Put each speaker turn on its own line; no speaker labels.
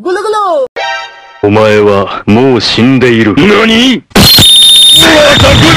ゴロゴロ
お前はもう死んでいる。何